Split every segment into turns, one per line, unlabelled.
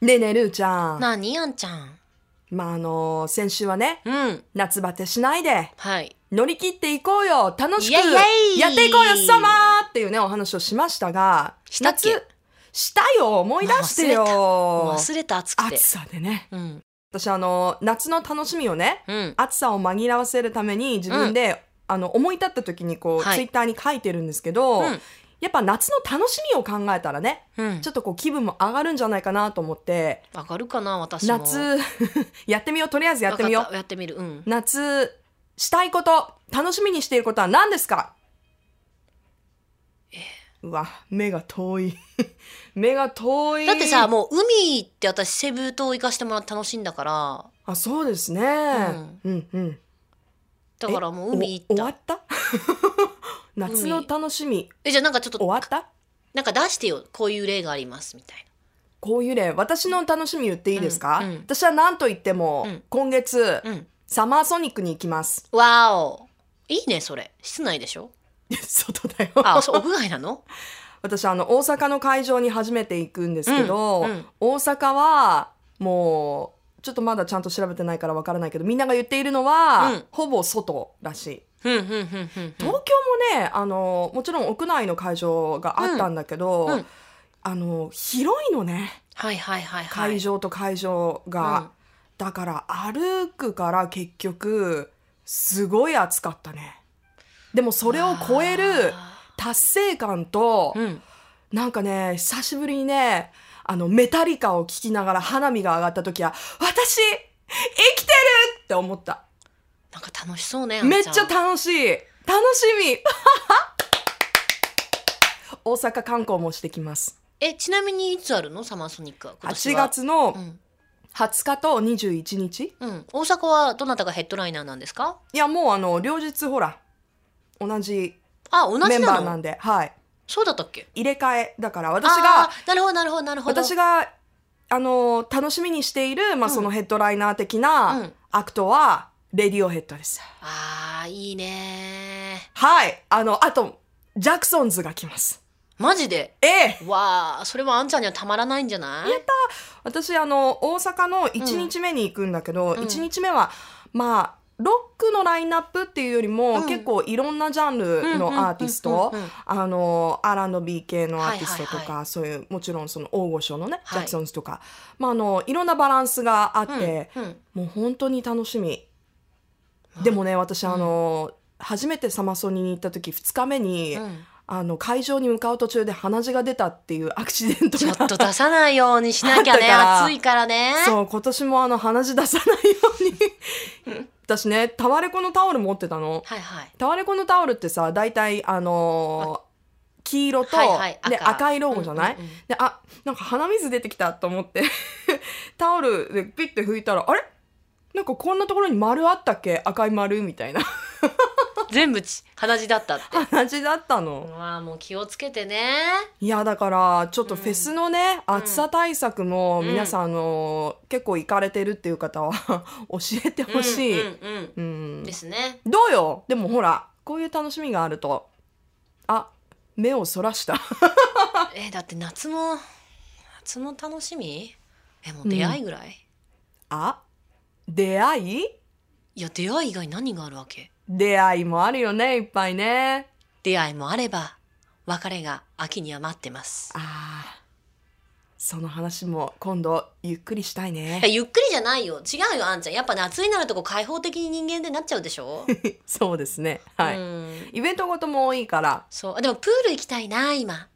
ねえねえるーちゃん。
なにあんちゃん
まあ、あのー先週はね、
うん
夏バテしないで、
はい
乗り切っていこうよ楽しく
イエイイエイ
やっていこうよサマーっていうね、お話をしましたが、
したっけ
夏したよ思い出して
あ
よ
忘れた暑くて
暑さでね。
うん
私、あのー夏の楽しみをね、
うん
暑さを紛らわせるために自分で、あの、思い立った時にこう、
はい
ツイッターに書いてるんですけど、
うん
やっぱ夏の楽しみを考えたらね、
うん
ちょっとこう気分も上がるんじゃないかなと思って、
上がるかな私も
夏 やってみようとりあえずやってみよ
わか
う
たやってみるうん
夏したいこと楽しみにしていることは何ですかうわ目が遠い 目が遠い
だってさもう海行って私セブ島行かしてもらって楽しいんだから
あそうですね、うん、うん
だからもう海
お
行
終
っ
わ
た
った 夏の楽しみ
えじゃあなんかちょっと
終わった
なんか出してよこういう例がありますみたい
こういう例私の楽しみ言っていいですか、
うんうん
私は何と言っても、
うん
今月、
なうん
サマーソニックに行きます
わおいいねそれ室内でしょ
外だよ
あそう屋外 なの
私あの大阪の会場に初めて行くんですけど、
うんうん
大阪はもうちょっとまだちゃんと調べてないからわからないけどみんなが言っているのは、
うん
ほぼ外らしい
うんうんうんうんうん
東京もねあのもちろん屋内の会場があったんだけど、
うんうん
あの広いのね
はいはいはいはい
会場と会場が、
うん
だから歩くから結局すごい暑かったねでもそれを超える達成感と、
うん
なんかね、久しぶりにね、あの、メタリカを聴きながら花火が上がった時は、私、生きてるって思った。
なんか楽しそうね
めっちゃ
あん
楽しい。楽しみ。 大阪観光もしてきます。
えちなみにいつあるのサマーソニックは今年
8
は
月の
うん、
20日と21日。
うん、大阪はどなたがヘッドライナーなんですか
いや、もうあの、両日ほら、同じ
あ同
メ
じ
ン
な
バー
の
なんで、はい。
そうだったっけ
入れ替え。だから私
あ
が、
ーなるほどなるほどなるほど
私
が、
が、あの、楽しみにしている、まあ、
うん
そのヘッドライナー的な、
うん、
アクトは、レディオヘッドです。
あーいいね
はい。あの、あと、ジャクソンズが来ます。
ーマジで
ええ。
わあそれはあんちゃんにはたまらないんじゃない
私、あの、大阪の1日目に行くんだけど、
うん
1日目は、まあ、ロックのラインナップっていうよりも、
うん
結構いろんなジャンルのアーティスト
うん、うんうんうん
あの、R&B 系のアーティストとか、
はいはい
そういう、もちろんその大御所のね、
はい
ジャクソンズとか、まあ、あの、いろんなバランスがあって、
うんうん
もう本当に楽しみ。でもね、私、あの、初めてサマソニに行った時、2日目に、
うん
あの会場に向かう途中で鼻血が出たっていう アクシデント
ちょ
が
っと出さないようにしな きゃね
あったから
暑いからね
そう今年もあの鼻血出さないよう に私ねタワレコのタオル持ってたの
はいはい
タワレコのタオルってさ大体あのー黄色と、
はいはい
で
赤
赤いロゴじゃない、
うんうんうん
であなんか鼻水出てきたと思って タオルでピッて拭いたらあれなんかこんなところに丸あったっけ赤い丸みたいな
全部ち鼻血だったって
鼻血だったの
う。わあもう気をつけてね
いやだからちょっとフェスのね、
ん
暑さ対策も
うん
皆さん、あの結構行かれてるっていう方は 教えてほしい、
うんうん
うん
うん、ですね
どうよでもほらこういう楽しみがあるとあ目をそらした
えーだって夏の夏の楽しみえもう出会いぐらい、
あ出会い
いや出会い以外何があるわけ
出会いもあるよねいっぱいね
出会いもあれば別れが秋には待ってます
あーその話も今度ゆっくりしたいね
いやゆっくりじゃないよ違うよあんちゃんやっぱ夏になるとこう開放的に人間でなっちゃうでしょ
そうですね はい、
うん
イベントごとも多いから
そうあでもプール行きたいな今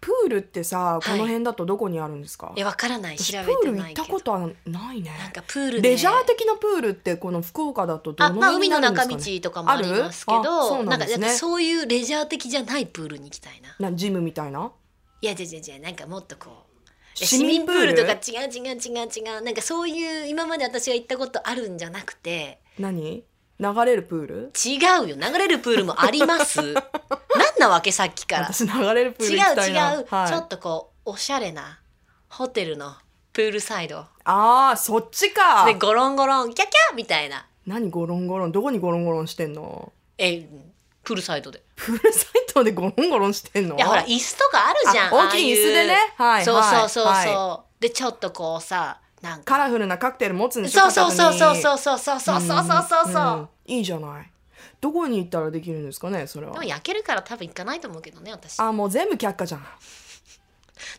プールってさこの辺だとどこにあるんですか、
いやわからない
私
調
プ
べ
ー
て
ル行
な
っ
いけ
た
ど
ことはないね
なんかプールで
レジャー的なプールってこの福岡だとど
あ
の
まあ
辺に
海
な
の
るんで
中
すか、ね
道とかもありますけど
あるあそうなんですね
かそういうレジャー的じゃないプールに行きたいな
なジムみたいない
や違う違う違うなんかもっとこういや
市
市
民
民
プ
プ
ー
ー
ル
ルとか違う違う違う違うなんかそういう今まで私が行ったことあるんじゃなくて
何流れるプール
違うよ流れるプールもあります なんなわけさっきから
私流れるプー
違う
ル
違う、
行きたいなはい
ちょっとこうおしゃれなホテルのプールサイド
あーそっちか
でゴロンゴロンキャキャみたいな
何ゴロンゴロンどこにゴロンゴロンしてんの
えプールサイドで
プールサイトでゴロンゴロンしてんの
いやほら椅子とかあるじゃん
あ大きい椅子でね
ああう
はい
そうそうそうそう、
は
でちょっとこうさなんか
カラフルなカクテル持つんでしょ
そうそうそうそうそううそうそうそうそうそうそう、
いいじゃないどこに行ったらできるんですかねそれは
でも焼けるから多分行かないと思うけどね私
あもう全部却下じゃん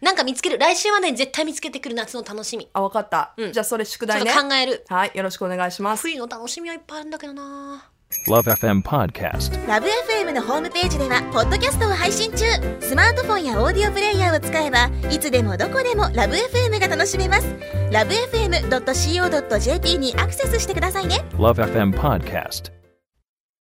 なんか見つける来週はね絶対見つけてくる夏の楽しみ
あわかった、
うん
じゃあそれ宿
ちょ
題
っと
ね
考える
はいよろしくお願いします
冬の楽しみはいっぱいあるんだけどな
Love FM Podcast.
ラブ f m のホームページではポッドキャストを配信中スマートフォンやオーディオプレイヤーを使えばいつでもどこでもラブ f m が楽しめますラブ FM.co.jp にアクセスしてくださいね
Love FM Podcast.